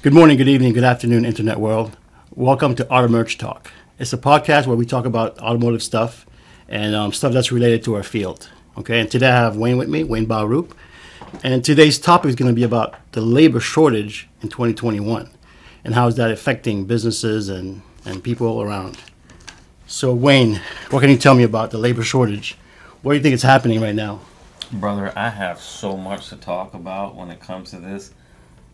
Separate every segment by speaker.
Speaker 1: Good morning, good evening, good afternoon, Internet world. Welcome to Auto Merch Talk. It's a podcast where we talk about automotive stuff and um, stuff that's related to our field. Okay, and today I have Wayne with me, Wayne Barup. And today's topic is going to be about the labor shortage in 2021 and how is that affecting businesses and, and people around. So, Wayne, what can you tell me about the labor shortage? What do you think is happening right now?
Speaker 2: Brother, I have so much to talk about when it comes to this.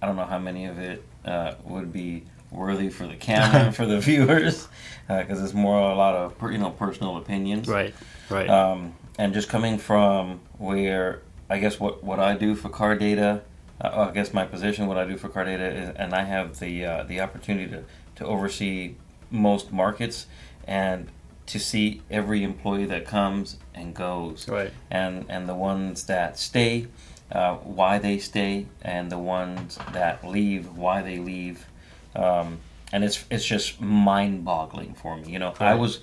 Speaker 2: I don't know how many of it uh, would be worthy for the camera and for the viewers, because it's more a lot of per- you know personal opinions.
Speaker 1: Right, right.
Speaker 2: Um, and just coming from where I guess what what I do for car data, uh, I guess my position, what I do for car data, is, and I have the uh, the opportunity to to oversee most markets and to see every employee that comes and goes
Speaker 1: Right.
Speaker 2: and and the ones that stay, uh, why they stay, and the ones that leave, why they leave, um, and it's it's just mind-boggling for me. You know, I
Speaker 1: Right.
Speaker 2: was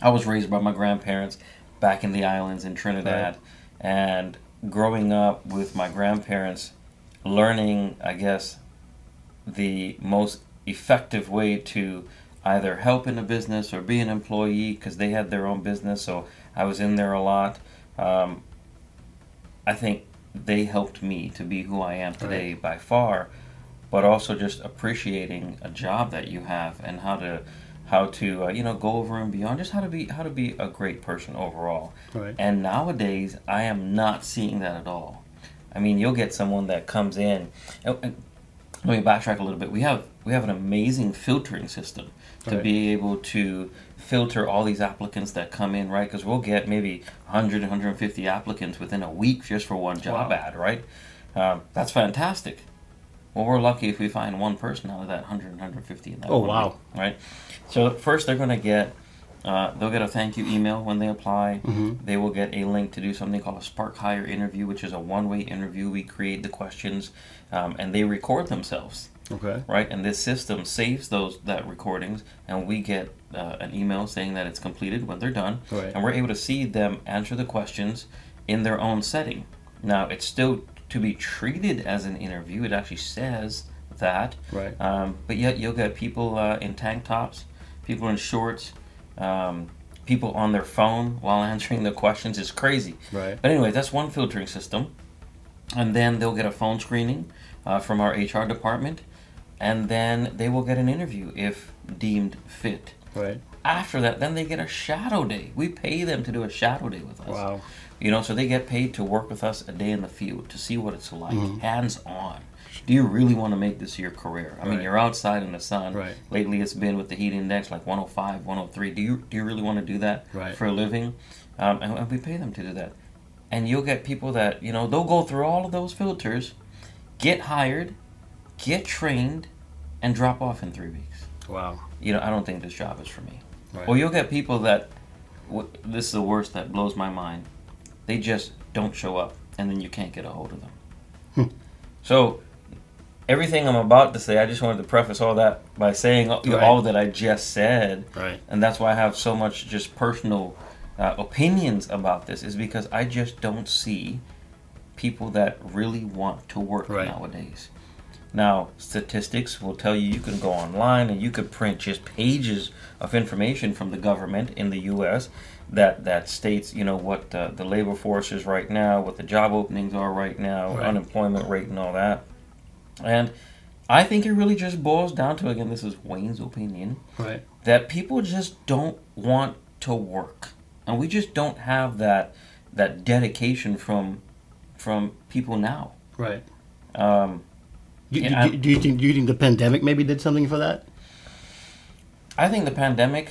Speaker 2: I was raised by my grandparents back in the islands in Trinidad, and growing up with my grandparents, learning, I guess, the most effective way to either help in a business or be an employee because they had their own business. So I was in there a lot. Um, I think they helped me to be who I am today by far, but also just appreciating a job that you have and how to how to uh, you know go over and beyond just how to be how to be a great person overall.
Speaker 1: Right.
Speaker 2: And nowadays, I am not seeing that at all. I mean, you'll get someone that comes in. and- and let me backtrack a little bit. We have we have an amazing filtering system to
Speaker 1: Right.
Speaker 2: be able to filter all these applicants that come in, right? Because we'll get maybe 100, 150 applicants within a week just for one job
Speaker 1: Wow.
Speaker 2: ad, right? Um, that's fantastic. Well, we're lucky if we find one person out of that 100, 150 in that
Speaker 1: Oh,
Speaker 2: one
Speaker 1: wow.
Speaker 2: week, right? So first they're going to get uh, they'll get a thank you email when they apply. They will get a link to do something called a Spark Hire interview, which is a one-way interview. We create the questions, um, and they record themselves,
Speaker 1: Okay.
Speaker 2: right? And this system saves those that recordings, and we get uh, an email saying that it's completed when they're done,
Speaker 1: Right.
Speaker 2: and we're able to see them answer the questions in their own setting. Now it's still to be treated as an interview. It actually says that,
Speaker 1: Right.
Speaker 2: um, but yet you'll get people uh, in tank tops, people in shorts, um, people on their phone while answering the questions. It's crazy.
Speaker 1: Right.
Speaker 2: But anyway, that's one filtering system, and then they'll get a phone screening uh, from our HR department, and then they will get an interview if deemed fit.
Speaker 1: Right.
Speaker 2: After that, then they get a shadow day. We pay them to do a shadow day with us.
Speaker 1: Wow.
Speaker 2: You know, so they get paid to work with us a day in the field to see what it's like,
Speaker 1: Mm-hmm.
Speaker 2: hands on. Do you really want to make this your career? I mean,
Speaker 1: Right.
Speaker 2: you're outside in the sun.
Speaker 1: Right.
Speaker 2: Lately, it's been with the heat index like 105, 103. Do you do you really want to do that
Speaker 1: Right.
Speaker 2: for a living? Um, and, and we pay them to do that. And you'll get people that you know they'll go through all of those filters, get hired, get trained, and drop off in three weeks
Speaker 1: Wow.
Speaker 2: you know, I don't think this job is for me.
Speaker 1: Right.
Speaker 2: Or you'll get people that, w- this is the worst that blows my mind, they just don't show up and then you can't get a hold of them.
Speaker 1: Hmm.
Speaker 2: so, everything I'm about to say, I just wanted to preface all that by saying all-
Speaker 1: Right.
Speaker 2: all that I just said.
Speaker 1: Right.
Speaker 2: And that's why I have so much just personal uh, opinions about this, is because I just don't see people that really want to work
Speaker 1: Right.
Speaker 2: nowadays. Now, statistics will tell you you can go online and you could print just pages of information from the government in the U.S. that that states you know what uh, the labor force is right now, what the job openings are right now,
Speaker 1: Right.
Speaker 2: unemployment rate, and all that. And I think it really just boils down to again, this is Wayne's opinion
Speaker 1: Right.
Speaker 2: that people just don't want to work and we just don't have that that dedication from from people now
Speaker 1: Right.
Speaker 2: um,
Speaker 1: Do,
Speaker 2: Yeah,
Speaker 1: do, do you think do you think the pandemic maybe did something for that?
Speaker 2: i think the pandemic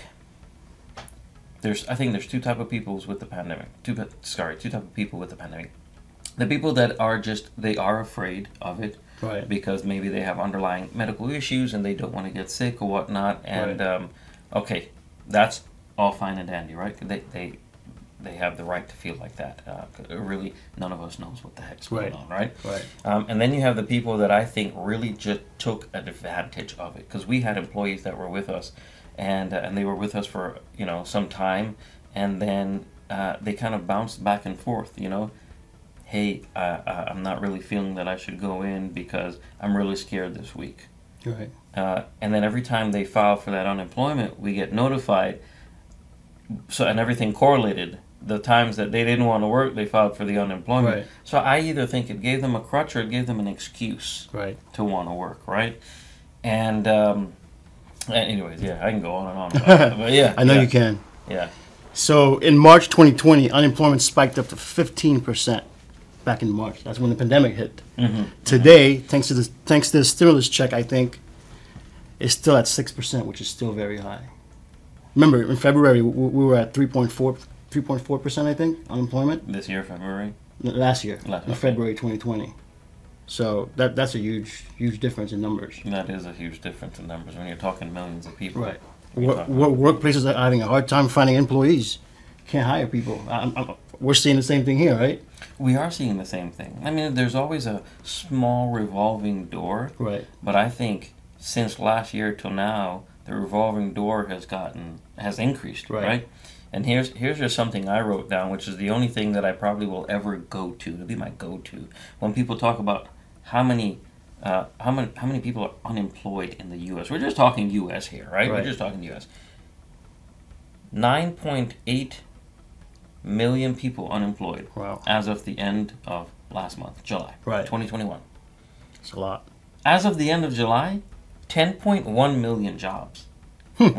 Speaker 2: there's i think there's two type of peoples with the pandemic two pa- sorry two type of people with the pandemic the people that are just they are afraid of it
Speaker 1: Right.
Speaker 2: because maybe they have underlying medical issues and they don't want to get sick or whatnot. And
Speaker 1: Right.
Speaker 2: um, okay, that's all fine and dandy, right? They they they have the right to feel like that. Uh, 'cause really, none of us knows what the heck's going
Speaker 1: Right.
Speaker 2: on, right?
Speaker 1: Right.
Speaker 2: Um, and then you have the people that I think really just took advantage of it because we had employees that were with us, and uh, and they were with us for you know some time, and then uh, they kind of bounced back and forth. You know, hey, uh, uh, I'm not really feeling that I should go in because I'm really scared this week.
Speaker 1: Right.
Speaker 2: uh, and then every time they file for that unemployment, we get notified. So and everything correlated. The times that they didn't want to work, they filed for the unemployment.
Speaker 1: Right.
Speaker 2: So I either think it gave them a crutch or it gave them an excuse
Speaker 1: Right.
Speaker 2: to want to work, right? And um, anyways, yeah, I can go on and on. About that, but yeah,
Speaker 1: I know
Speaker 2: yeah,
Speaker 1: you can.
Speaker 2: Yeah,
Speaker 1: So in March 2020, unemployment spiked up to 15% back in March. That's when the pandemic hit.
Speaker 2: Mm-hmm.
Speaker 1: Today, thanks to the thanks to the stimulus check, I think it's still at 6%, which is still very high. Remember, in February we, we were at 3.4 3.4%, I think, unemployment
Speaker 2: this year February.
Speaker 1: N- last year,
Speaker 2: Last-
Speaker 1: in
Speaker 2: okay.
Speaker 1: February 2020. So that that's a huge huge difference in numbers.
Speaker 2: That is a huge difference in numbers when you're talking millions of people.
Speaker 1: Right.
Speaker 2: You're
Speaker 1: Wor-
Speaker 2: talking-
Speaker 1: wor- workplaces are having a hard time finding employees. Can't hire people. I, I, we're seeing the same thing here, right?
Speaker 2: We are seeing the same thing. I mean, there's always a small revolving door,
Speaker 1: Right.
Speaker 2: but I think since last year till now, the revolving door has gotten has increased,
Speaker 1: Right.
Speaker 2: right? And here's here's just something I wrote down, which is the only thing that I probably will ever go to. It'll be my go-to when people talk about how many. Uh, how many how many people are unemployed in the U.S.? We're just talking U.S. here, right?
Speaker 1: Right.
Speaker 2: We're just talking U.S. Nine point eight million people unemployed
Speaker 1: Wow.
Speaker 2: as of the end of last month, July,
Speaker 1: Right.
Speaker 2: 2021.
Speaker 1: It's a lot.
Speaker 2: As of the end of July, 10.1 million jobs. I'm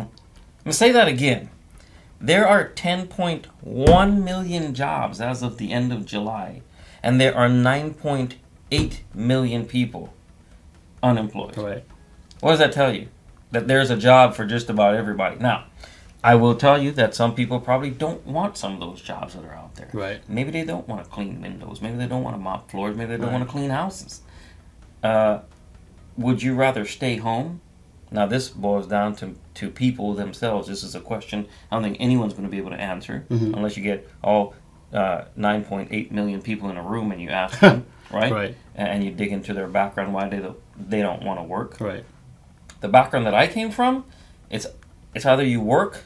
Speaker 2: gonna say that again. There are 10.1 million jobs as of the end of July, and there are 9.8 million people unemployed.
Speaker 1: Right.
Speaker 2: What does that tell you? That there's a job for just about everybody. Now, I will tell you that some people probably don't want some of those jobs that are out there.
Speaker 1: Right.
Speaker 2: Maybe they don't want to clean windows. Maybe they don't want to mop floors. Maybe they don't
Speaker 1: Right.
Speaker 2: want to clean houses. Uh, would you rather stay home? Now, this boils down to, to people themselves. This is a question I don't think anyone's going to be able to answer
Speaker 1: Mm-hmm.
Speaker 2: unless you get all uh, 9.8 million people in a room and you ask them, right?
Speaker 1: Right.
Speaker 2: And and you dig into their background, why they, don't- they don't want to work
Speaker 1: Right.
Speaker 2: the background that I came from, it's it's either you work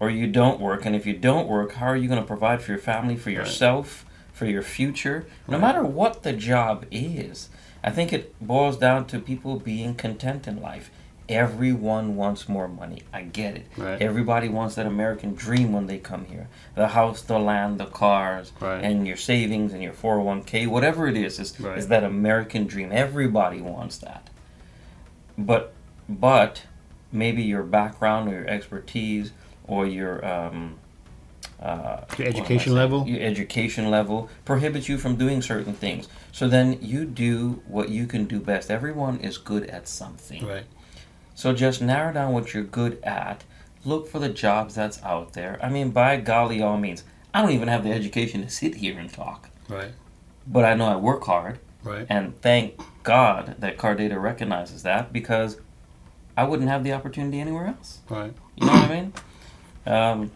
Speaker 2: or you don't work, and if you don't work, how are you going to provide for your family, for yourself, for your future? No matter what the job is, I think it boils down to people being content in life. Everyone wants more money. I get it.
Speaker 1: Right.
Speaker 2: Everybody wants that American dream when they come here. The house, the land, the cars,
Speaker 1: Right.
Speaker 2: and your savings and your 401k, whatever it is, is,
Speaker 1: Right.
Speaker 2: is that American dream. Everybody wants that but but maybe your background or your expertise or your um, uh,
Speaker 1: Your
Speaker 2: what am I
Speaker 1: education
Speaker 2: saying?
Speaker 1: level?
Speaker 2: your education level prohibits you from doing certain things. So then you do what you can do best. Everyone is good at something.
Speaker 1: Right.
Speaker 2: So just narrow down what you're good at. Look for the jobs that's out there. I mean, by golly, all means. I don't even have the education to sit here and talk,
Speaker 1: Right.
Speaker 2: but I know I work hard.
Speaker 1: Right.
Speaker 2: And thank God that Cardata recognizes that because I wouldn't have the opportunity anywhere else.
Speaker 1: Right.
Speaker 2: You know what I mean? Um,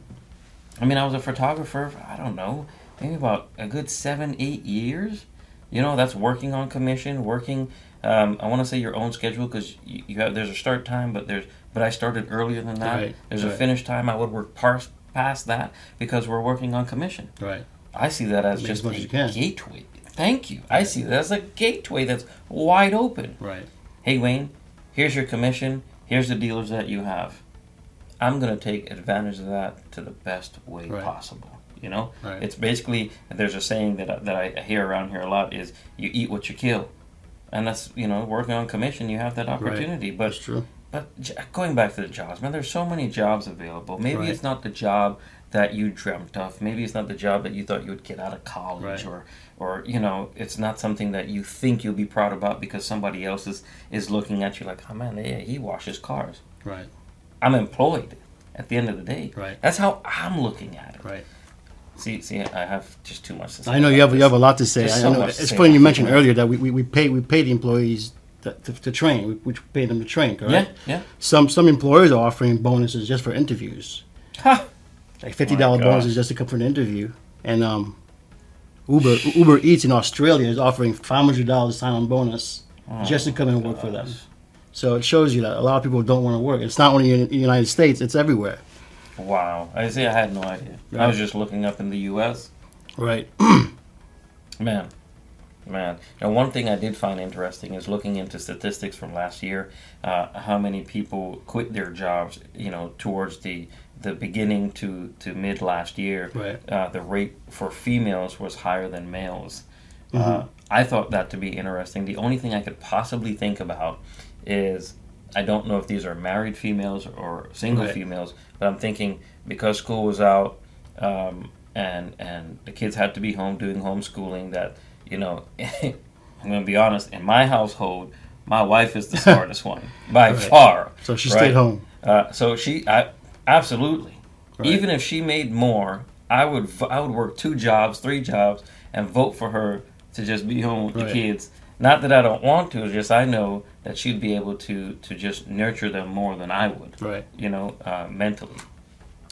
Speaker 2: I mean, I was a photographer, for, I don't know, maybe about a good seven, eight years. You know, that's working on commission, working, um, I want to say your own schedule because you, you have, there's a start time, but there's, but I started earlier than that.
Speaker 1: Right,
Speaker 2: there's a
Speaker 1: right.
Speaker 2: finish time. I would work past, past that because we're working on commission.
Speaker 1: Right.
Speaker 2: I see that as
Speaker 1: Make
Speaker 2: just
Speaker 1: as much
Speaker 2: a
Speaker 1: as you can.
Speaker 2: gateway. Thank you. I see that as a gateway that's wide open.
Speaker 1: Right.
Speaker 2: Hey Wayne, here's your commission. Here's the dealers that you have. I'm gonna take advantage of that to the best way
Speaker 1: Right.
Speaker 2: possible. You know,
Speaker 1: Right.
Speaker 2: it's basically there's a saying that I- that I hear around here a lot is you eat what you kill, and that's you know working on commission you have that opportunity. But
Speaker 1: That's true.
Speaker 2: but j- going back to the jobs, man, there's so many jobs available. Maybe
Speaker 1: Right.
Speaker 2: it's not the job that you dreamt of. Maybe it's not the job that you thought you would get out of college,
Speaker 1: Right.
Speaker 2: or, or you know, it's not something that you think you'll be proud about because somebody else is, is looking at you like, oh man, yeah, he washes cars.
Speaker 1: Right.
Speaker 2: I'm employed at the end of the day.
Speaker 1: Right.
Speaker 2: That's how I'm looking at it.
Speaker 1: Right.
Speaker 2: See, see, I have just too much to say.
Speaker 1: I know you
Speaker 2: about
Speaker 1: have you
Speaker 2: this.
Speaker 1: have a lot to say.
Speaker 2: There's
Speaker 1: I
Speaker 2: so
Speaker 1: know.
Speaker 2: much to
Speaker 1: It's
Speaker 2: say.
Speaker 1: funny you mentioned earlier that we, we, we pay we pay the employees to, to, to train. We, we pay them to train. Correct.
Speaker 2: Yeah, yeah.
Speaker 1: Some some employers are offering bonuses just for interviews,
Speaker 2: Ha!
Speaker 1: like fifty dollar
Speaker 2: Oh gosh.
Speaker 1: bonuses just to come for an interview. And um, Uber Uber Eats in Australia is offering five hundred dollars sign on bonus
Speaker 2: Oh,
Speaker 1: just to come and work for them. So it shows you that a lot of people don't want to work. It's not only in the United States; it's everywhere.
Speaker 2: Wow. I see, I had no idea. I
Speaker 1: Right.
Speaker 2: was just looking up in the U.S.
Speaker 1: Right.
Speaker 2: Man, Man, now one thing I did find interesting is looking into statistics from last year, uh, how many people quit their jobs. You know, towards the the beginning to to mid last year,
Speaker 1: Right.
Speaker 2: uh, the rate for females was higher than males. Uh,
Speaker 1: Mhm.
Speaker 2: I thought that to be interesting. The only thing I could possibly think about is I don't know if these are married females or single
Speaker 1: Right.
Speaker 2: females, but I'm thinking because school was out um, and and the kids had to be home doing homeschooling that you know I'm gonna be honest in my household my wife is the smartest one by
Speaker 1: Right.
Speaker 2: far
Speaker 1: So she
Speaker 2: right?
Speaker 1: stayed home.
Speaker 2: uh, so she I, absolutely
Speaker 1: Right.
Speaker 2: even if she made more I would v- I would work two jobs three jobs and vote for her to just be home with the
Speaker 1: Right.
Speaker 2: kids not that I don't want to it's just I know that she'd be able to to just nurture them more than I would
Speaker 1: Right.
Speaker 2: you know uh, mentally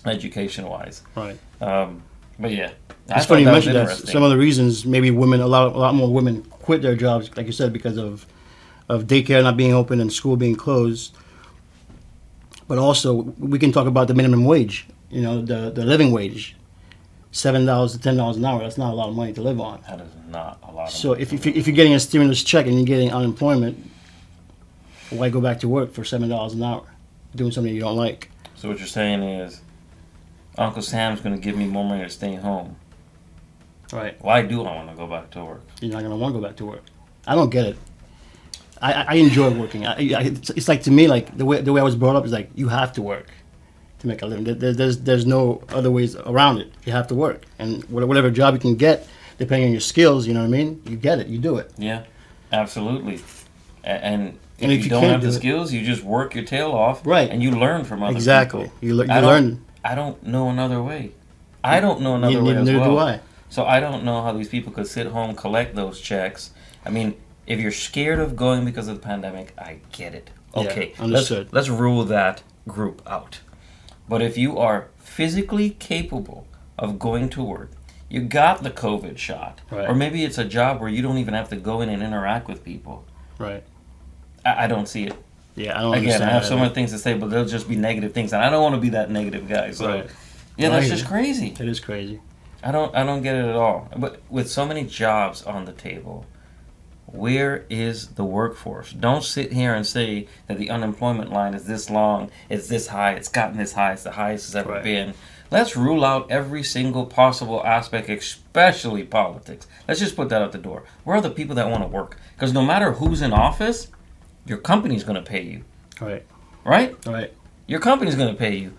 Speaker 2: education wise
Speaker 1: Right.
Speaker 2: um, but yeah, I
Speaker 1: It's
Speaker 2: thought
Speaker 1: funny you
Speaker 2: that was
Speaker 1: mentioned that.
Speaker 2: interesting.
Speaker 1: Some of the reasons maybe women a lot a lot more women quit their jobs, like you said, because of of daycare not being open and school being closed. But also, we can talk about the minimum wage. You know, the the living wage, seven dollars to ten dollars an hour. That's not a lot of money to live on.
Speaker 2: that is not a lot. Of
Speaker 1: So if if, you, if you're getting a stimulus check and you're getting unemployment, why go back to work for seven dollars an hour, doing something you don't like?
Speaker 2: so what you're saying is, Uncle Sam's going to give me more money to stay home.
Speaker 1: Right.
Speaker 2: Why do I want to go back to work?
Speaker 1: you're not going to want to go back to work. I don't get it. I, I- I enjoy working. I, I, it's, it's like to me, like the way the way I was brought up is like you have to work to make a living. There- There, there's there's no other ways around it. You have to work, and wha- whatever job you can get, depending on your skills, you know what I mean. You get it. You do it.
Speaker 2: Yeah, absolutely. A- And, and if,
Speaker 1: And if
Speaker 2: you,
Speaker 1: you
Speaker 2: don't
Speaker 1: can't
Speaker 2: have the
Speaker 1: do it-
Speaker 2: skills, you just work your tail off,
Speaker 1: Right.
Speaker 2: And you learn from other
Speaker 1: exactly.
Speaker 2: people.
Speaker 1: You, le- you
Speaker 2: I don't-
Speaker 1: learn.
Speaker 2: I don't know another way. I don't know another
Speaker 1: Neither,
Speaker 2: way
Speaker 1: neither,
Speaker 2: as
Speaker 1: neither
Speaker 2: well.
Speaker 1: do I.
Speaker 2: So I don't know how these people could sit home collect those checks. I mean, if you're scared of going because of the pandemic, I get it.
Speaker 1: Yeah,
Speaker 2: Okay,
Speaker 1: understood.
Speaker 2: Let's, let's rule that group out. But if you are physically capable of going to work, you got the COVID shot,
Speaker 1: Right.
Speaker 2: or maybe it's a job where you don't even have to go in and interact with people.
Speaker 1: Right.
Speaker 2: I, I don't see it.
Speaker 1: Yeah. I don't
Speaker 2: Again,
Speaker 1: understand.
Speaker 2: I have
Speaker 1: that
Speaker 2: so
Speaker 1: either.
Speaker 2: many things to say, but they'll just be negative things, and I don't want to be that negative guy. So,
Speaker 1: Right.
Speaker 2: yeah,
Speaker 1: No, I
Speaker 2: that's
Speaker 1: hear
Speaker 2: just
Speaker 1: you.
Speaker 2: crazy.
Speaker 1: It is crazy.
Speaker 2: I don't I don't get it at all. But with so many jobs on the table, where is the workforce? Don't sit here and say that the unemployment line is this long, it's this high, it's gotten this high, it's the highest it's ever
Speaker 1: Right.
Speaker 2: been. Let's rule out every single possible aspect, especially politics. Let's just put that out the door. Where are the people that want to work? Because no matter who's in office, your company's going to pay you,
Speaker 1: All right.
Speaker 2: right?
Speaker 1: All right.
Speaker 2: Your company's going to pay you.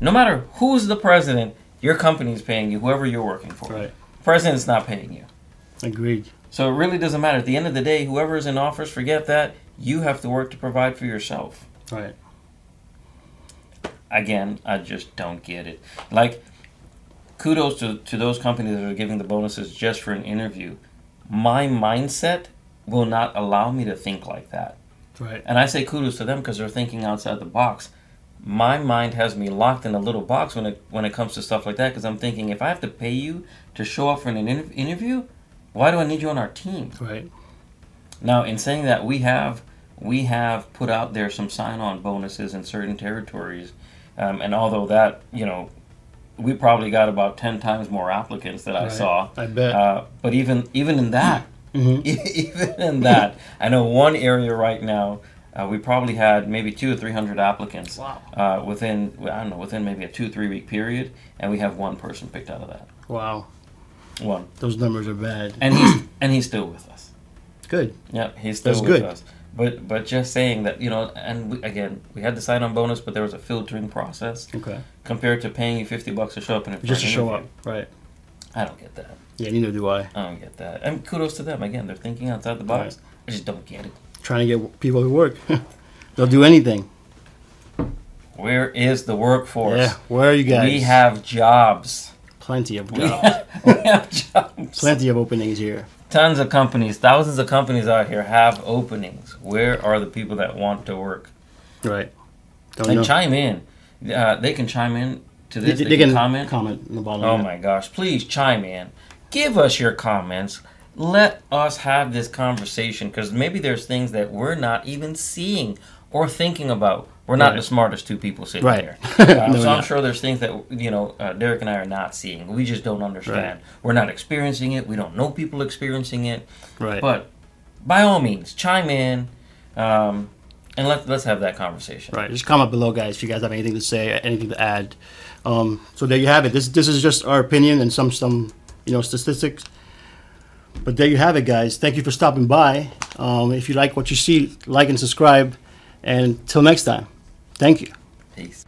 Speaker 2: No matter who's the president, your company's paying you, whoever you're working for
Speaker 1: All right.
Speaker 2: president's not paying you.
Speaker 1: Agreed.
Speaker 2: So it really doesn't matter. At the end of the day, whoever is in office, forget that. You have to work to provide for yourself.
Speaker 1: All right.
Speaker 2: Again, I just don't get it. Like, kudos to, to those companies that are giving the bonuses just for an interview. My mindset will not allow me to think like that.
Speaker 1: Right.
Speaker 2: And I say kudos to them because they're thinking outside the box. My mind has me locked in a little box when it when it comes to stuff like that because I'm thinking if I have to pay you to show up for an inter- interview, why do I need you on our team?
Speaker 1: Right.
Speaker 2: Now, in saying that, we have we have put out there some sign-on bonuses in certain territories, um, and although that you know, we probably got about ten times more applicants that I
Speaker 1: Right.
Speaker 2: saw.
Speaker 1: I bet.
Speaker 2: Uh, but even even in that,
Speaker 1: Mhm.
Speaker 2: even in that, I know one area right now. Uh, we probably had maybe two or three hundred applicants
Speaker 1: Wow.
Speaker 2: uh, within I don't know within maybe a two three week period, and we have one person picked out of that
Speaker 1: Wow.
Speaker 2: one,
Speaker 1: Those numbers are bad.
Speaker 2: and he's and he's still with us.
Speaker 1: Good.
Speaker 2: Yep, he's still
Speaker 1: That's
Speaker 2: with
Speaker 1: good.
Speaker 2: us. But but just saying that you know, and we, again, we had the sign-on bonus, but there was a filtering process
Speaker 1: Okay.
Speaker 2: compared to paying you fifty bucks to show up in a
Speaker 1: Just to show up. Right.
Speaker 2: I don't get that.
Speaker 1: Yeah, neither do I.
Speaker 2: I don't get that. And kudos to them again. They're thinking outside the box. I just don't get it.
Speaker 1: Trying to get people to work. They'll do anything.
Speaker 2: Where is the workforce?
Speaker 1: Yeah. Where are you guys?
Speaker 2: We have jobs.
Speaker 1: plenty of
Speaker 2: We
Speaker 1: jobs.
Speaker 2: have, we have jobs.
Speaker 1: plenty of openings here.
Speaker 2: Tons of companies, thousands of companies out here have openings. Where are the people that want to work?
Speaker 1: Right. Don't
Speaker 2: And
Speaker 1: know.
Speaker 2: chime in. Uh, they can chime in to this. They, can, comment.
Speaker 1: comment in the bottom.
Speaker 2: Oh
Speaker 1: yeah.
Speaker 2: my gosh, please chime in. Give us your comments. let us have this conversation because maybe there's things that we're not even seeing or thinking about. We're not
Speaker 1: Right.
Speaker 2: the smartest two people sitting
Speaker 1: Right.
Speaker 2: here.
Speaker 1: No,
Speaker 2: Um,
Speaker 1: we're
Speaker 2: so I'm
Speaker 1: not.
Speaker 2: sure there's things that you know uh, Derek and I are not seeing. We just don't understand. We're not experiencing it. We don't know people experiencing it.
Speaker 1: Right.
Speaker 2: But by all means, chime in, um, and let let's have that conversation.
Speaker 1: Right. Just comment below, guys, if you guys have anything to say, anything to add. Um, so there you have it. This this is just our opinion and some some you know statistics. But there you have it, guys. Thank you for stopping by. Um, if you like what you see, like and subscribe. And till next time, thank you.
Speaker 2: Peace.